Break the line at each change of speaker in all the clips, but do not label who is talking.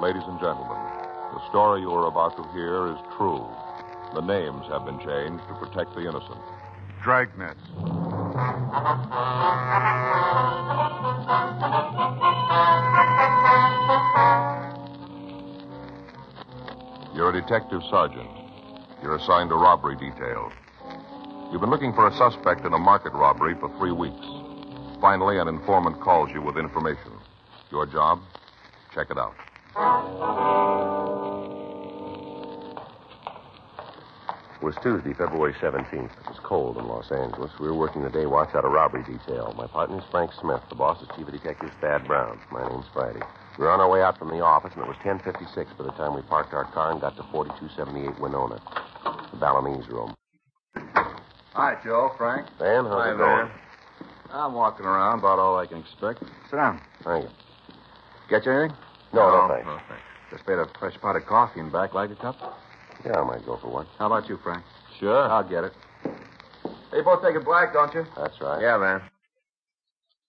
Ladies and gentlemen, the story you are about to hear is true. The names have been changed to protect the innocent.
Dragnet.
You're a detective sergeant. You're assigned to robbery detail. You've been looking for a suspect in a market robbery for three weeks. Finally, an informant calls you with information. Your job? Check it out.
It was Tuesday, February 17th. It was cold in Los Angeles. We were working the day watch out of robbery detail. My partner's Frank Smith. The boss is Chief of Detectives Thad Brown. My name's Friday. We were on our way out from the office, and it was 10.56 by the time we parked our car and got to 4278 Winona, the Balinese room.
Hi, Joe. Frank.
Dan, how's
Hi
it
there.
going?
I'm walking around about all I can expect. Sit down.
Thank you.
Get you anything?
No, no, thanks.
Just made a fresh pot of coffee and back like a cup.
Yeah, I might go for one.
How about you, Frank?
Sure.
I'll get it. You both take it black, don't you?
That's right.
Yeah, man.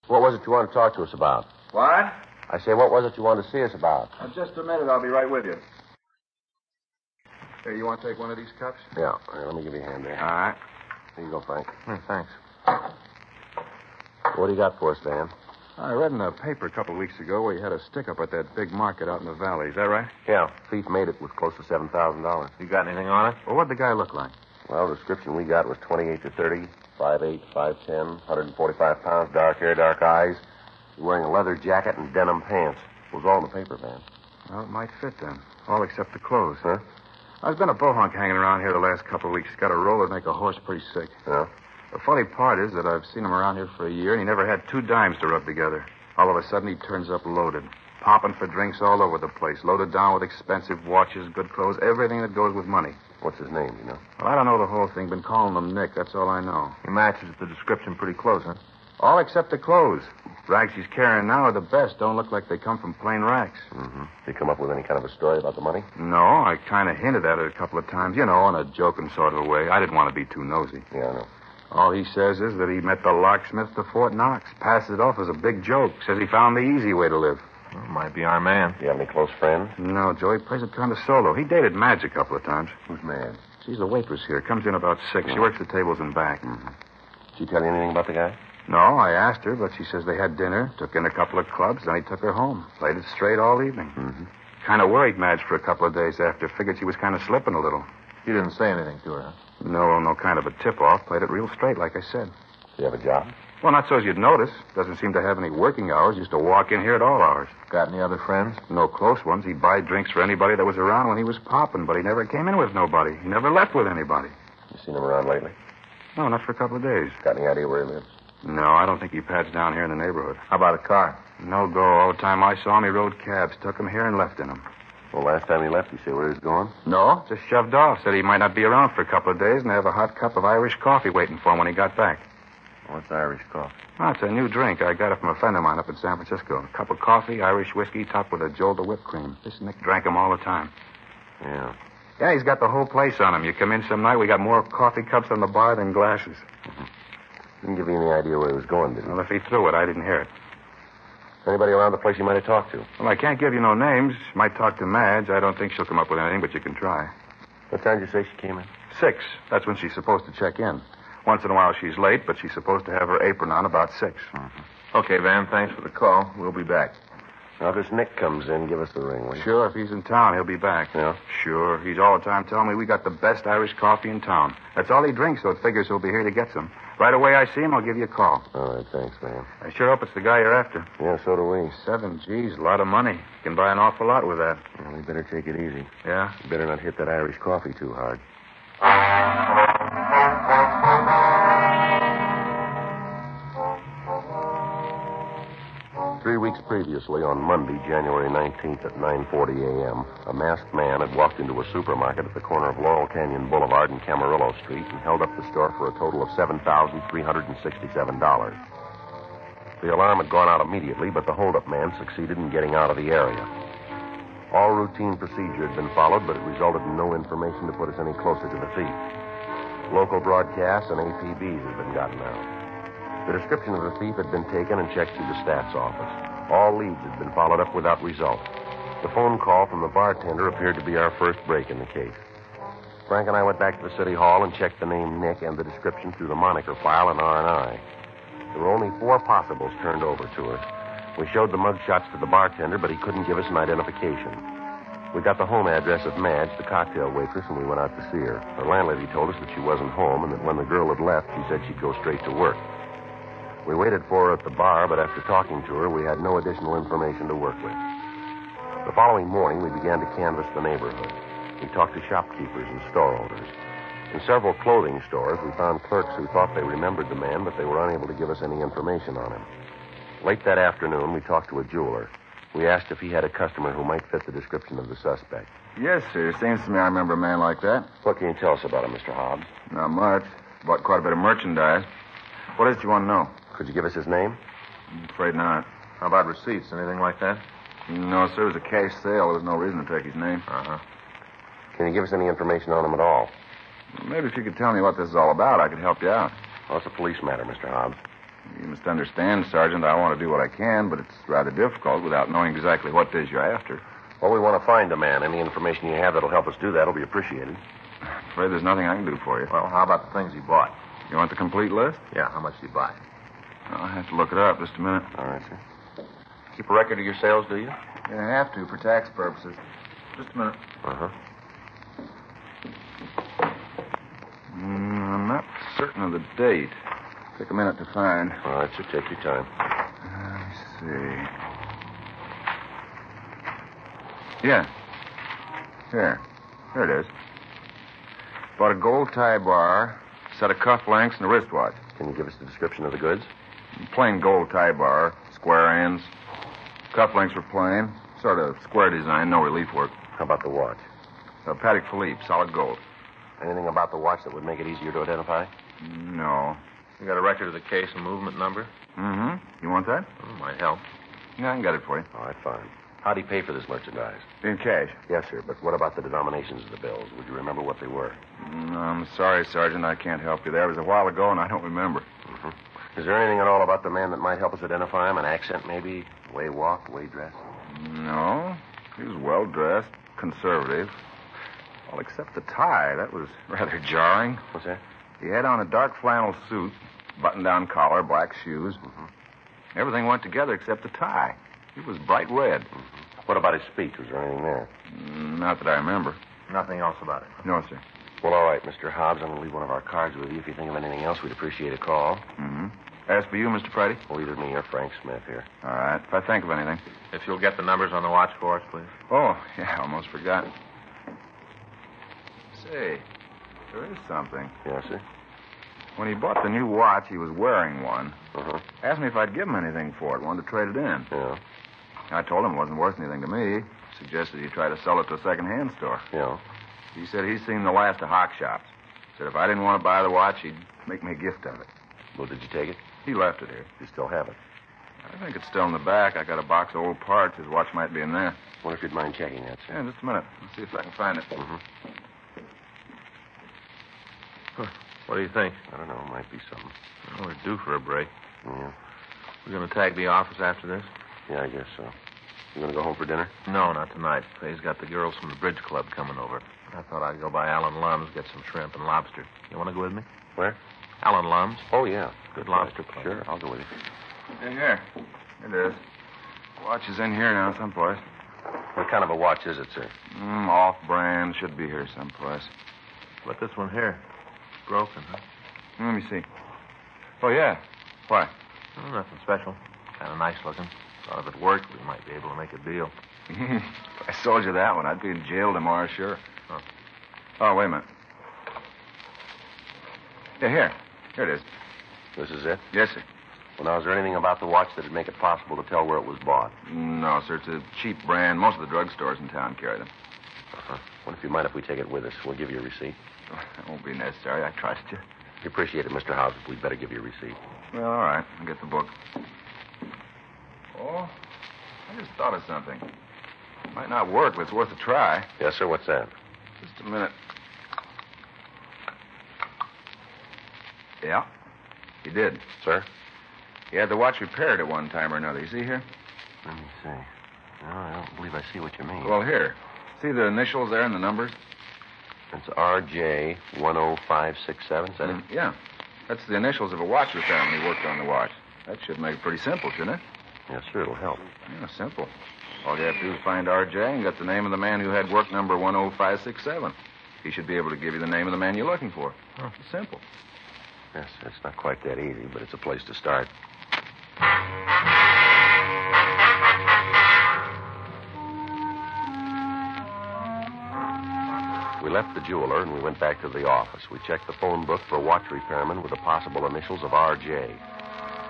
What was it you wanted to talk to us about?
What? Uh,
I say, what was it you wanted to see us about?
just a minute. I'll be right with you. Hey, you want to take one of these cups?
Yeah. All right, let me give you a hand there.
All right.
Here you go, Frank.
thanks.
What do you got for us, Dan?
I read in the paper a couple of weeks ago where you had a stick up at that big market out in the valley. Is that right?
Yeah. Thief made it with close to seven thousand dollars.
You got anything on it? Well, what'd the guy look like?
Well, the description we got was twenty-eight to thirty, five-eight, five-ten, 145 pounds, dark hair, dark eyes. Wearing a leather jacket and denim pants. It was all in the paper, man.
Well, it might fit then. All except the clothes.
Huh?
There's been a bohunk hanging around here the last couple of weeks. Got a roll that make a horse pretty sick.
Yeah.
The funny part is that I've seen him around here for a year, and he never had two dimes to rub together. All of a sudden, he turns up loaded, popping for drinks all over the place, loaded down with expensive watches, good clothes, everything that goes with money.
What's his name, you know?
Well, I don't know the whole thing. Been calling him Nick. That's all I know.
He matches the description pretty close, huh?
All except the clothes. Rags he's carrying now are the best. Don't look like they come from plain racks.
Mm-hmm. Did he come up with any kind of a story about the money?
No, I kind of hinted at it a couple of times, you know, in a joking sort of a way. I didn't want to be too nosy.
Yeah, I know.
All he says is that he met the locksmith to Fort Knox, passes it off as a big joke, says he found the easy way to live.
Well, might be our man.
Do you have any close friends?
No, Joey plays it kind of solo. He dated Madge a couple of times.
Who's mad?
She's the waitress here. Comes in about six. She works the tables and back.
Did she tell you anything about the guy?
No, I asked her, but she says they had dinner, took in a couple of clubs, then he took her home. Played it straight all evening. Mm-hmm. Kind of worried Madge for a couple of days after. Figured she was kind of slipping a little.
You didn't say anything to her, huh?
No, no kind of a tip off. Played it real straight, like I said.
Do you have a job?
Well, not so as you'd notice. Doesn't seem to have any working hours. Used to walk in here at all hours.
Got any other friends?
No close ones. He'd buy drinks for anybody that was around when he was popping, but he never came in with nobody. He never left with anybody.
You seen him around lately?
No, not for a couple of days.
Got any idea where he lives?
No, I don't think he pads down here in the neighborhood.
How about a car?
No go. All the time I saw him, he rode cabs, took him here and left in him.
Well, last time he left, you say where he was going?
No? Just shoved off. Said he might not be around for a couple of days and have a hot cup of Irish coffee waiting for him when he got back.
What's Irish coffee?
Oh, it's a new drink. I got it from a friend of mine up in San Francisco. A cup of coffee, Irish whiskey, topped with a jolt of whipped cream. This Nick drank 'em all the time.
Yeah.
Yeah, he's got the whole place on him. You come in some night, we got more coffee cups on the bar than glasses.
Didn't give you any idea where he was going, did he?
Well, if he threw it, I didn't hear it.
Anybody around the place you might have talked to?
Well, I can't give you no names. Might talk to Madge. I don't think she'll come up with anything, but you can try.
What time did you say she came in?
Six. That's when she's supposed to check in. Once in a while she's late, but she's supposed to have her apron on about 6
Okay, Van, thanks for the call. We'll be back.
Now, if this Nick comes in, give us the ring, will you?
Sure, if he's in town, he'll be back.
Yeah?
Sure. He's all the time telling me we got the best Irish coffee in town. That's all he drinks, so it figures he'll be here to get some. Right away I see him, I'll give you a call.
All right, thanks, man.
I sure hope it's the guy you're after.
Yeah, so do we.
Seven G's, a lot of money. You can buy an awful lot with that.
Well, we better take it easy.
Yeah?
You better not hit that Irish coffee too hard. Three weeks previously, on Monday, January 19th at 9.40 a.m., a masked man had walked into a supermarket at the corner of Laurel Canyon Boulevard and Camarillo Street and held up the store for a total of $7,367. The alarm had gone out immediately, but the holdup man succeeded in getting out of the area. All routine procedure had been followed, but it resulted in no information to put us any closer to the thief. Local broadcasts and APBs had been gotten out. The description of the thief had been taken and checked through the stats office. All leads had been followed up without result. The phone call from the bartender appeared to be our first break in the case. Frank and I went back to the city hall and checked the name Nick and the description through the moniker file in R&I. There were only four possibles turned over to us. We showed the mugshots to the bartender, but he couldn't give us an identification. We got the home address of Madge, the cocktail waitress, and we went out to see her. Her landlady told us that she wasn't home and that when the girl had left, she said she'd go straight to work. We waited for her at the bar, but after talking to her, we had no additional information to work with. The following morning, we began to canvass the neighborhood. We talked to shopkeepers and storeholders. In several clothing stores, we found clerks who thought they remembered the man, but they were unable to give us any information on him. Late that afternoon, we talked to a jeweler. We asked if he had a customer who might fit the description of the suspect.
Yes, sir. Seems to me I remember a man like that.
What can you tell us about him, Mr. Hobbs?
Not much. Bought quite a bit of merchandise. What is it you want to know?
Could you give us his name?
I'm afraid not.
How about receipts? Anything like that?
No, sir. It was a cash sale. There's no reason to take his name.
Uh huh.
Can you give us any information on him at all?
Maybe if you could tell me what this is all about, I could help you out.
Well, it's a police matter, Mr. Hobbs.
You must understand, Sergeant, I want to do what I can, but it's rather difficult without knowing exactly what it is you're after.
Well, we want to find a man. Any information you have that'll help us do that will be appreciated.
I'm afraid there's nothing I can do for you.
Well, how about the things he bought?
You want the complete list?
Yeah, how much did he buy?
I'll have to look it up just a minute.
All right, sir.
Keep a record of your sales, do you?
Yeah, I have to for tax purposes. Just a minute.
Uh-huh.
Mm, I'm not certain of the date. Took a minute to find.
All right, sir. Take your time.
Let me see. Yeah. Here. Here it is. Bought a gold tie bar, set of cufflinks, and a wristwatch.
Can you give us the description of the goods?
Plain gold tie bar, square ends. Cufflinks were plain, sort of square design, no relief work.
How about the watch?
Uh, Patek Philippe, solid gold.
Anything about the watch that would make it easier to identify?
No.
You got a record of the case and movement number?
Mm-hmm. You want that?
Oh, might help.
Yeah, I can get it for you.
All right, fine. How'd he pay for this merchandise?
In cash.
Yes, sir, but what about the denominations of the bills? Would you remember what they were?
Mm, I'm sorry, Sergeant, I can't help you there. It was a while ago, and I don't remember.
Is there anything at all about the man that might help us identify him? An accent, maybe? Way walk, way dress?
No. He was well dressed, conservative. Well, except the tie. That was rather jarring.
What's that?
He had on a dark flannel suit, button down collar, black shoes. Everything went together except the tie. It was bright red.
What about his speech? Was there anything there?
Mm, Not that I remember.
Nothing else about it.
No, sir.
Well, all right, Mr. Hobbs, I'm going to leave one of our cards with you. If you think of anything else, we'd appreciate a call.
Mm-hmm. As for you, Mr. Preddy?
Well, either me or Frank Smith here.
All right. If I think of anything.
If you'll get the numbers on the watch for us, please.
Oh, yeah, I almost forgot. Say, there is something.
Yes, sir?
When he bought the new watch, he was wearing one.
Uh-huh.
Asked me if I'd give him anything for it, wanted to trade it in.
Yeah,
I told him it wasn't worth anything to me. Suggested he try to sell it to a second-hand store.
yeah.
He said he's seen the last of hock shops. Said if I didn't want to buy the watch, he'd make me a gift of it.
Well, did you take it?
He left it here.
You still have it.
I think it's still in the back. I got a box of old parts. His watch might be in there.
Wonder if you'd mind checking that, sir.
Yeah, just a minute. Let's see if I can find it.
Mm-hmm. What do you think?
I don't know. It might be something.
Well, we're due for a break.
Yeah,
We're going to tag the office after this?
yeah, I guess so. You going to go home for dinner?
No, not tonight. Faye's got the girls from the bridge club coming over. I thought I'd go by Alan Lum's, get some shrimp and lobster. You want to go with me?
Where?
Alan Lum's.
Oh, yeah.
Good lobster place.
Sure, I'll go with you.
In here. It is. Watch is in here now someplace.
What kind of a watch is it, sir?
Mm, off-brand. Should be here someplace.
But this one here, broken, huh?
Mm, Let me see. Oh, yeah. Why?
Oh, nothing special. Kind of nice looking. Thought if it worked, we might be able to make a deal.
If I sold you that one. I'd be in jail tomorrow, sure.
Huh.
Oh, wait a minute. Yeah, here. Here it is.
This is it?
Yes, sir.
Well, now, is there anything about the watch that would make it possible to tell where it was bought?
No, sir. It's a cheap brand. Most of the drugstores in town carry them.
Uh-huh. What if you mind if we take it with us? We'll give you a receipt.
It won't be necessary. I trust you.
You appreciate it, Mr. Hobbs, but we'd better give you a receipt.
Well, all right. I'll get the book. Oh, I just thought of something. Might not work, but it's worth a try.
Yes, sir. What's that?
Just a minute. Yeah, he did.
Sir?
He had the watch repaired at one time or another. You see here?
Let me see. No, I don't believe I see what you mean.
Well, here. See the initials there and the numbers?
it's RJ10567, is that it?
Yeah. That's the initials of a watch repairman who worked on the watch. That should make it pretty simple, shouldn't it?
Yes, sure, it'll help.
Yeah, simple. All you have to do is find RJ and get the name of the man who had work number 10567. He should be able to give you the name of the man you're looking for. Simple.
Yes, it's not quite that easy, but it's a place to start. We left the jeweler and we went back to the office. We checked the phone book for watch repairman with the possible initials of R.J.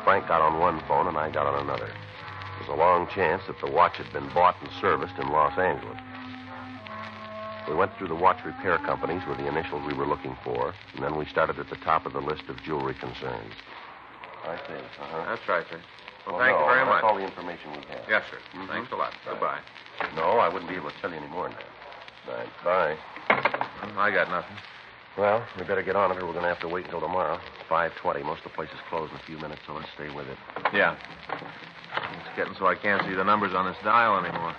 Frank got on one phone and I got on another. There was a long chance that the watch had been bought and serviced in Los Angeles. We went through the watch repair companies with the initials we were looking for, and then we started at the top of the list of jewelry concerns. I see. Uh-huh.
That's right, sir. Well,
Well,
Oh,
thank
no,
you very
that's
much.
all the information we have.
Yes, sir.
Mhm.
Mm-hmm.
Thanks a lot.
Right.
Goodbye.
No, I wouldn't be able to tell you any more now. Bye. Bye.
Well, I got nothing.
Well, we better get on it, or we're going to have to wait until tomorrow. 5.20. Most of the place is closed in a few minutes, so let's stay with it.
Yeah. It's getting so I can't see the numbers on this dial anymore.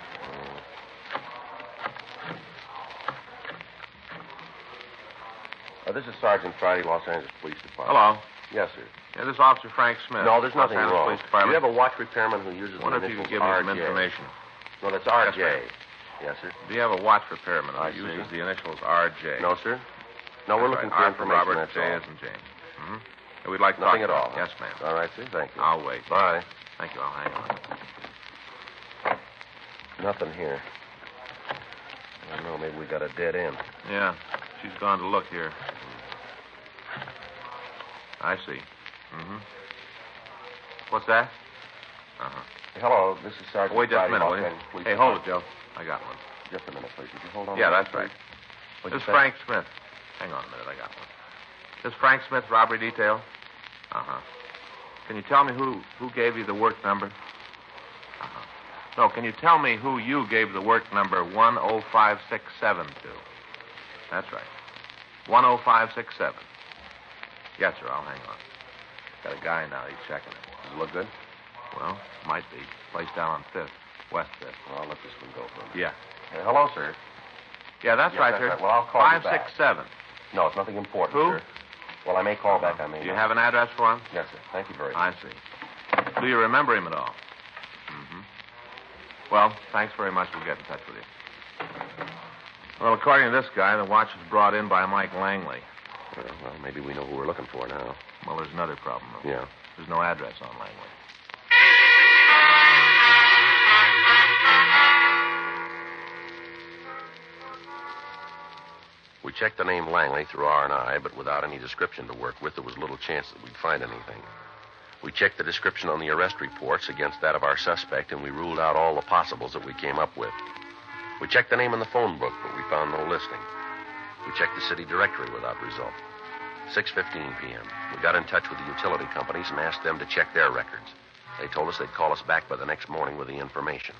Uh, this is Sergeant Friday, Los Angeles Police Department.
Hello.
Yes, sir.
Yeah, this is Officer Frank Smith.
no, there's
Los
nothing
Angeles
wrong.
Police
Do you
Department.
have a watch repairman who uses
wonder
the
if you
initials
could give me some
RJ?
information.
No, that's R.J.
ma'am.
yes sir.
Do you have a watch repairman
I
who uses
see.
the initials R.J.?
No, sir. No, we're looking
That's right.
for information.
R Robert
that's
J.
all.
isn't James. hmm And We'd like to
Nothing at
talk to
all. huh?
you. Yes, ma'am.
All right, sir. Thank you.
I'll wait.
Uh, Bye.
Thank you. I'll hang on.
Nothing here. I don't know. Maybe we got a dead end.
Yeah, she's gone to look here. I see. Mm-hmm. What's that? Uh-huh.
Hello, this is Sergeant.
Wait just a
Friday,
minute,
Los
will you?
Angeles Police
Hey, hold it, Joe. I got one.
Department. Just a minute, please. Would you hold on?
Yeah,
a minute,
that's right.
please? What'd
This is
you say?
Frank Smith. Hang on a minute, I got one. This is Frank Smith robbery detail. Uh-huh. Can you tell me who who gave you the work number? Uh-huh. No, can you tell me who you gave the work number 10567 to? That's right. 10567. Yes, sir, I'll hang on. Got a guy now, he's checking it.
Does it look good?
Well, might be. Place down on 5th, West 5th.
Well, I'll let this one go for a minute.
Yeah.
Uh, hello, sir.
Yeah, that's
Yeah,
right,
that's
sir.
right. Well, I'll call you
Five,
back.
six, seven.
No, it's nothing important,
Who?
sir. Well, I may call back. I may.
Do you
not.
have an address for him?
Yes, sir. Thank you very much.
I see. Do you remember him at all? Mm-hmm. Well, thanks very much. We'll get in touch with you. Well, according to this guy, the watch was brought in by Mike Langley.
Uh, well, maybe we know who we're looking for now.
Well, there's another problem. though.
Yeah.
There's no address on Langley.
We checked the name Langley through R&I, but without any description to work with, there was little chance that we'd find anything. We checked the description on the arrest reports against that of our suspect, and we ruled out all the possibles that we came up with. We checked the name in the phone book, but we found no listing. We checked the city directory without result. 6:15 p.m. We got in touch with the utility companies and asked them to check their records. They told us they'd call us back by the next morning with the information.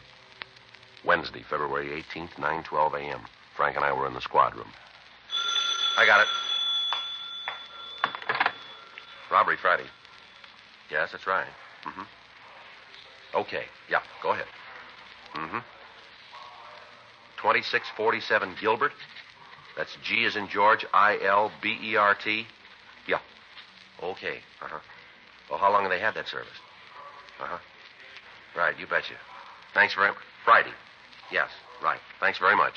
Wednesday, February 18th, 9:12 a.m. Frank and I were in the squad room. I got it. Robbery Friday. Yes, that's right. Mm-hmm. Okay. Yeah, go ahead. Mm-hmm. 2647 Gilbert. That's G as in George, I L B E R T. Yeah. Okay. Uh huh. Well, how long have they had that service? Uh huh. Right, you betcha. Thanks very Friday. Yes, right. Thanks very much.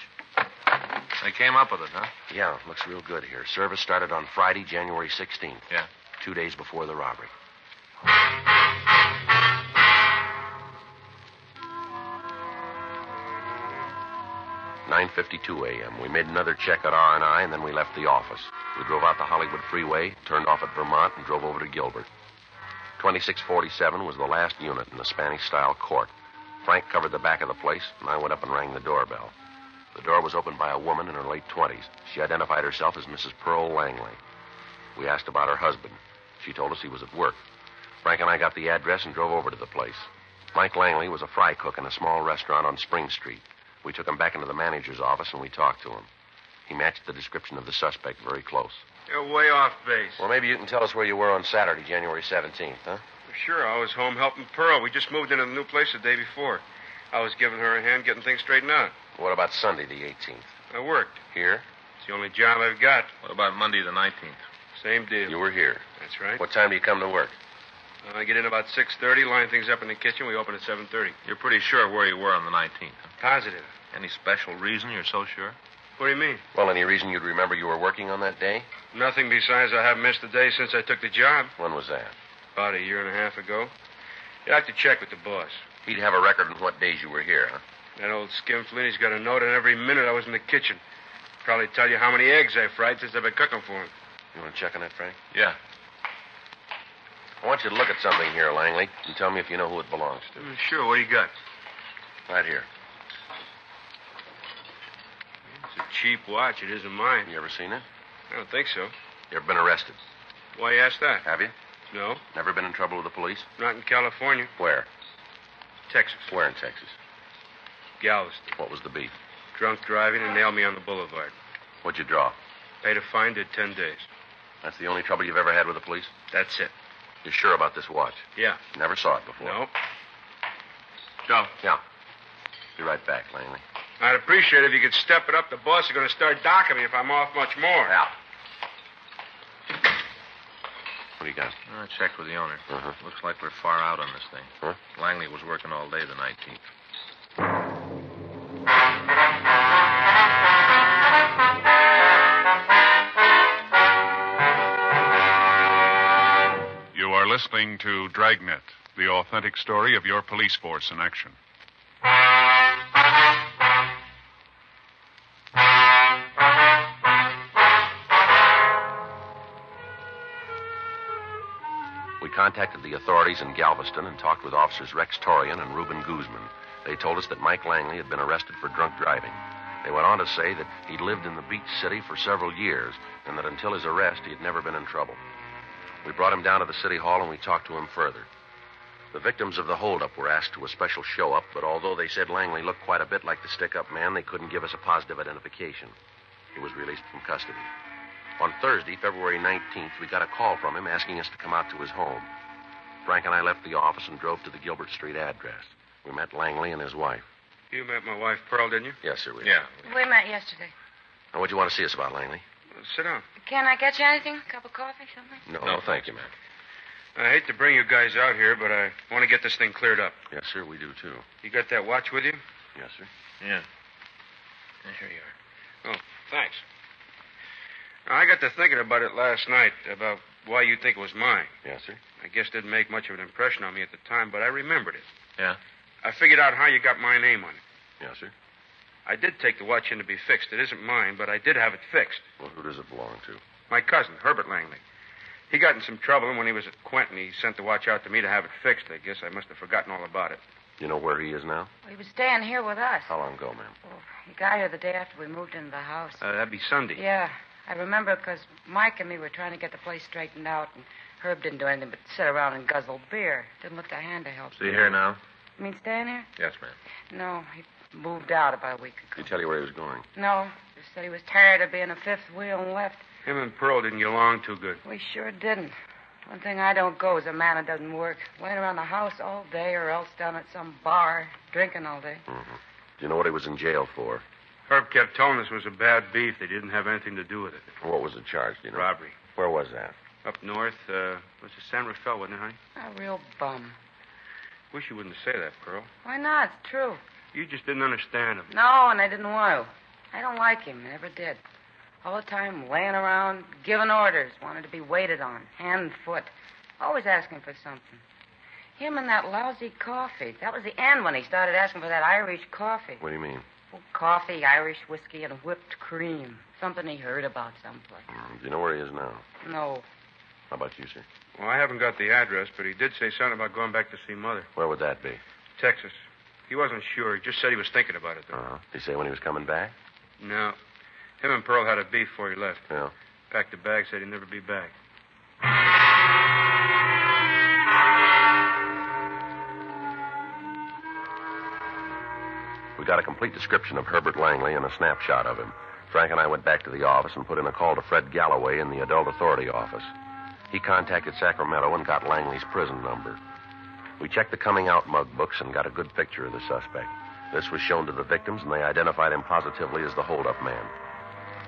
They came up with it, huh?
Yeah, looks real good here. Service started on Friday, January 16th.
Yeah.
Two days before the robbery. Nine fifty-two a.m. We made another check at R and I, and then we left the office. We drove out the Hollywood Freeway, turned off at Vermont, and drove over to Gilbert. Twenty-six forty-seven was the last unit in the Spanish-style court. Frank covered the back of the place, and I went up and rang the doorbell. The door was opened by a woman in her late 20s. She identified herself as Mrs. Pearl Langley. We asked about her husband. She told us he was at work. Frank and I got the address and drove over to the place. Mike Langley was a fry cook in a small restaurant on Spring Street. We took him back into the manager's office and we talked to him. He matched the description of the suspect very close.
You're way off base.
Well, maybe you can tell us where you were on Saturday, January 17th, huh?
Sure, I was home helping Pearl. We just moved into the new place the day before. I was giving her a hand getting things straightened out.
What about Sunday, the 18th?
I worked.
Here?
It's the only job I've got.
What about Monday the 19th?
Same deal.
You were here.
That's right.
What time do you come to work?
I get in about 6.30, line things up in the kitchen. We open at 7.30.
You're pretty sure where you were on the 19th. Huh?
Positive.
Any special reason you're so sure?
What do you mean?
Well, any reason you'd remember you were working on that day?
Nothing besides I haven't missed a day since I took the job
When was that?
about a year and a half ago. You'll have to check with the boss.
He'd have a record on what days you were here, huh?
That old skinfleeney's got a note on every minute I was in the kitchen. Probably tell you how many eggs I fried since I've been cooking for him.
You want to check on that, Frank?
Yeah.
I want you to look at something here, Langley, and tell me if you know who it belongs to.
Uh, Sure, what do you got?
Right here.
It's a cheap watch. It isn't mine.
You ever seen it?
I don't think so.
You ever been arrested?
Why you ask that?
Have you?
No,
Never been in trouble with the police?
not in California.
Where?
Texas.
Where in Texas?
Galveston.
What was the beef?
Drunk driving and nailed me on the boulevard.
What'd you draw?
Paid a fine, did 10 days.
That's the only trouble you've ever had with the police?
That's it.
You're sure about this watch?
Yeah.
Never saw it before.
No.
Joe.
Yeah. Be right back, Langley.
I'd appreciate it if you could step it up. The boss is going to start docking me if I'm off much more.
Ah.
Out. What do you got?
I checked with the owner.
Uh-huh.
Looks like we're far out on this thing.
Huh?
Langley was working all day the 19th.
You are listening to Dragnet, the authentic story of your police force in action.
We contacted the authorities in Galveston and talked with officers Rex Torian and Reuben Guzman. They told us that Mike Langley had been arrested for drunk driving. They went on to say that he'd lived in the beach city for several years and that until his arrest, he had never been in trouble. We brought him down to the city hall and we talked to him further. The victims of the holdup were asked to a special show up, but although they said Langley looked quite a bit like the stick up man, they couldn't give us a positive identification. He was released from custody. On Thursday, February 19th, we got a call from him asking us to come out to his home. Frank and I left the office and drove to the Gilbert Street address. We met Langley and his wife.
You met my wife, Pearl, didn't you?
Yes, sir. We
We met yesterday.
Now, what do you want to see us about, Langley?
Well, sit down.
Can I get you anything? A cup of coffee, something?
No, no, thank you, ma'am.
I hate to bring you guys out here, but I want to get this thing cleared up.
Yes, sir. We do too.
You got that watch with you?
Yes, sir.
Yeah, Here you are.
Thanks. Now, I got to thinking about it last night, about why you think it was mine.
Yes, sir.
I guess it didn't make much of an impression on me at the time, but I remembered it.
Yeah.
I figured out how you got my name on it.
Yes, sir.
I did take the watch in to be fixed. It isn't mine, but I did have it fixed.
Well, who does it belong to?
My cousin, Herbert Langley. He got in some trouble, and when he was at Quentin, he sent the watch out to me to have it fixed. I guess I must have forgotten all about it.
You know where he is now?
He was staying here with us.
How long ago, ma'am?
Oh, he got here the day after we moved into the house.
Uh, that'd be Sunday.
yeah, I remember because Mike and me were trying to get the place straightened out, and Herb didn't do anything but sit around and guzzle beer. Didn't lift a hand to help.
Is he here now?
You mean staying here?
Yes, ma'am.
No, he moved out about a week ago.
Did he tell you where he was going?
No, just said he was tired of being a fifth wheel and left.
Him and Pearl didn't get along too good.
We sure didn't. One thing I don't go is a man that doesn't work, laying around the house all day or else down at some bar drinking all day.
Do you know what he was in jail for?
Herb kept telling us it was a bad beef. They didn't have anything to do with it.
What was the charge? Do you know?
Robbery.
Where was that?
Up north, uh, was it San Rafael, wasn't it, honey?
A real bum.
Wish you wouldn't say that, Pearl.
Why not? It's true.
You just didn't understand him.
No, and I didn't want to. I don't like him. I never did. All the time laying around, giving orders, wanted to be waited on, hand and foot. Always asking for something. Him and that lousy coffee. That was the end when he started asking for that Irish coffee.
What do you mean?
Oh, coffee, Irish whiskey, and whipped cream. Something he heard about someplace.
Mm, Do you know where he is now?
No.
How about you, sir?
Well, I haven't got the address, but he did say something about going back to see Mother.
Where would that be?
Texas. He wasn't sure. He just said he was thinking about
Uh.
it, though.
Uh-huh. Did he say when he was coming back?
No. Him and Pearl had a beef before he left.
Yeah.
Packed the bag, said he'd never be back.
We got a complete description of Herbert Langley and a snapshot of him. Frank and I went back to the office and put in a call to Fred Galloway in the adult authority office. He contacted Sacramento and got Langley's prison number. We checked the coming out mug books and got a good picture of the suspect. This was shown to the victims, and they identified him positively as the holdup man.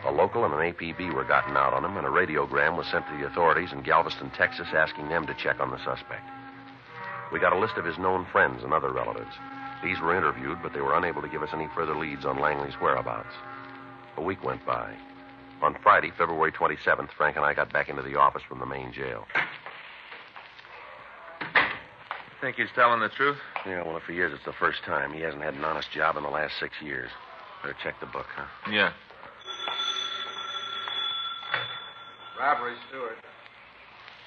A local and an APB were gotten out on him, and a radiogram was sent to the authorities in Galveston, Texas, asking them to check on the suspect. We got a list of his known friends and other relatives. These were interviewed, but they were unable to give us any further leads on Langley's whereabouts. A week went by. On Friday, February 27th, Frank and I got back into the office from the main jail.
Think he's telling the truth?
Yeah, well, for years it's the first time. He hasn't had an honest job in the last six years. Better check the book, huh?
Yeah.
Robbery, Stewart.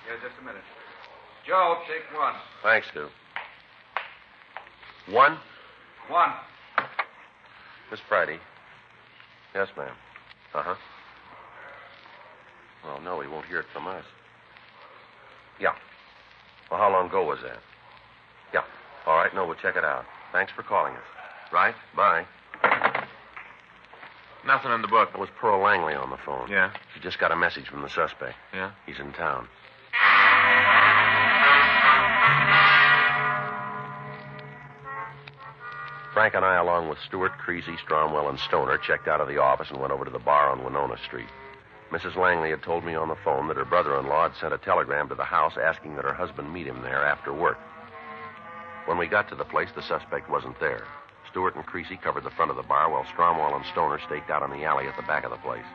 Yeah, just a minute. Joe, take one.
Thanks, Stu. One?
One.
Miss Friday. Yes, ma'am. Uh huh. Well, no, he won't hear it from us. Yeah. Well, how long ago was that? Yeah. All right, no, we'll check it out. Thanks for calling us. Right? Bye.
Nothing in the book.
That was Pearl Langley on the phone.
Yeah?
She just got a message from the suspect.
Yeah?
He's in town. Frank and I, along with Stewart, Creasy, Stromwell, and Stoner, checked out of the office and went over to the bar on Winona Street. Mrs. Langley had told me on the phone that her brother in law had sent a telegram to the house asking that her husband meet him there after work. When we got to the place, the suspect wasn't there. Stewart and Creasy covered the front of the bar while Stromwell and Stoner staked out in the alley at the back of the place.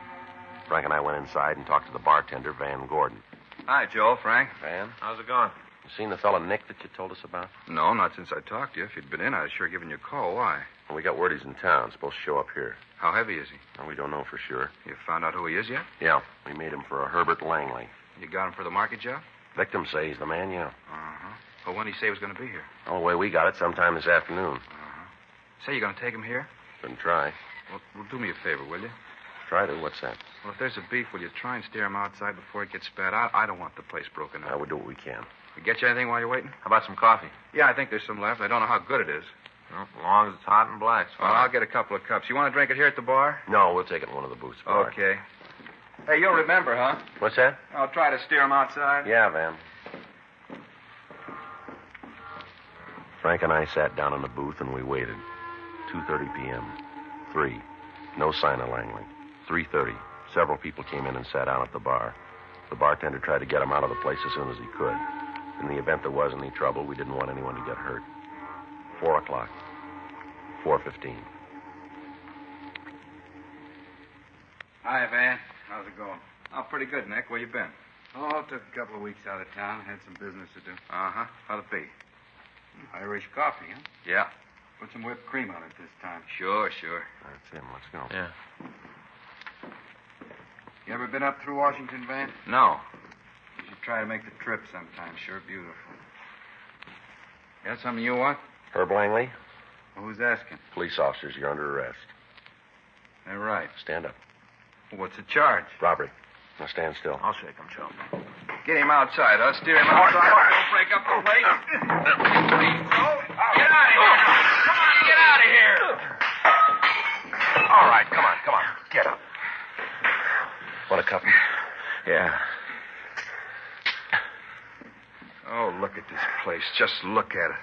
Frank and I went inside and talked to the bartender, Van Gordon.
Hi, Joe, Frank.
Van?
How's it going?
You seen the fellow Nick that you told us about?
No, not since I talked to you. If you'd been in, I'd sure given you a call. Why?
Well, we got word he's in town. Supposed to show up here.
How heavy is he?
Well, we don't know for sure.
You found out who he is yet?
Yeah, we made him for a Herbert Langley.
You got him for the market job?
Victims say he's the man, yeah.
Uh-huh. Well, when did he say he was going to be here?
Only way we got it sometime this afternoon.
Say you're going to take him here?
Then try.
Well, well, do me a favor, will you?
Try to? What's that?
Well, if there's a beef, will you try and steer him outside before it gets spat out? I don't want the place broken
Uh,
up.
we'll do what we can.
We get you anything while you're waiting?
How about some coffee?
Yeah, I think there's some left. I don't know how good it is.
Well, as long as it's hot and black.
Well, I'll get a couple of cups. You want to drink it here at the bar?
No, we'll take it in one of the booths. All right.
Okay. Hey, you'll remember, huh?
What's that?
I'll try to steer him outside.
Yeah, Van. Frank and I sat down in the booth and we waited. 2.30 p.m. 3. No sign of Langley. 3.30. Several people came in and sat down at the bar. The bartender tried to get him out of the place as soon as he could. In the event there was any trouble, we didn't want anyone to get hurt. 4 o'clock. 4.15.
Hi, Van. How's
it going? Oh, pretty good, Nick. Where you been?
Oh, took a couple of weeks out of town. Had some business to do.
Uh-huh. How'd it be?
Irish coffee, huh?
Yeah.
Put some whipped cream on it this time.
Sure, sure.
That's him. Let's go.
Yeah.
You ever been up through Washington, Van?
No.
You should try to make the trip sometime. Sure, beautiful. Got something you want?
Herb Langley,
Who's asking?
police officers, you're under arrest.
All right.
Stand up.
What's the charge?
Robbery. Now stand still.
I'll shake him, Joe.
Get him outside. I'll steer him outside. Don't break up the place.
Get out of here! Come on, get out of here!
All right, come on, come on. Get up. Want a cup? Yeah.
Oh, look at this place. Just look at it.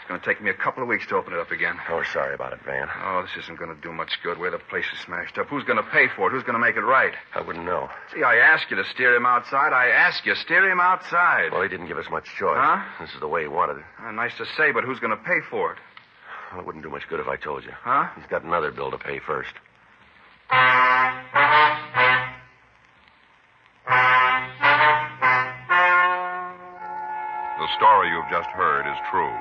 It's going to take me a couple of weeks to open it up again.
Oh, we're sorry about it, Van.
Oh, this isn't going to do much good. Where the place is smashed up. Who's going to pay for it? Who's going to make it right?
I wouldn't know.
See, I ask you to steer him outside. I ask you, steer him outside.
Well, he didn't give us much choice.
Huh?
This is the way he wanted it.
Uh, nice to say, but who's going to pay for it?
Well, it wouldn't do much good if I told you.
Huh?
He's got another bill to pay first.
The story you've just heard is true.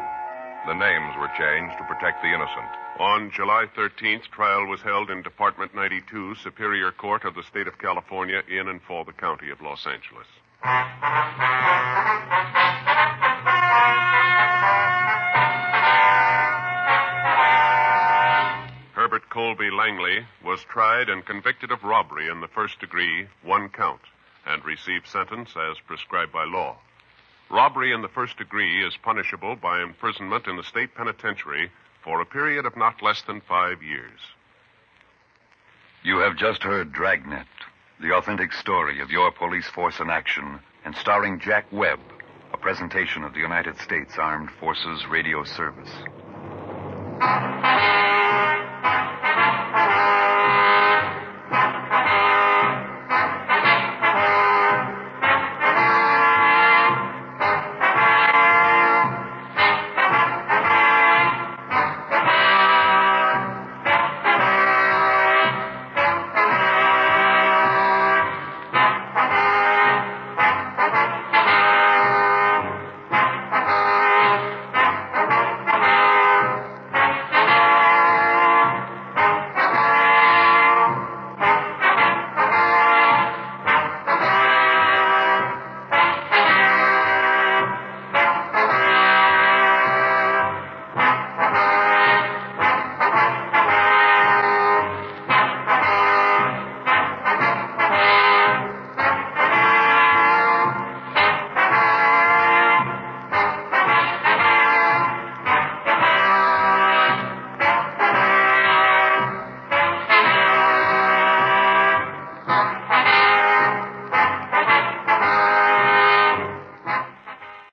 The names were changed to protect the innocent.
On July 13th, trial was held in Department 92, Superior Court of the State of California, in and for the County of Los Angeles. Herbert Colby Langley was tried and convicted of robbery in the first degree, one count, and received sentence as prescribed by law. Robbery in the first degree is punishable by imprisonment in the state penitentiary for a period of not less than five years.
You have just heard Dragnet, the authentic story of your police force in action, and starring Jack Webb, a presentation of the United States Armed Forces Radio Service.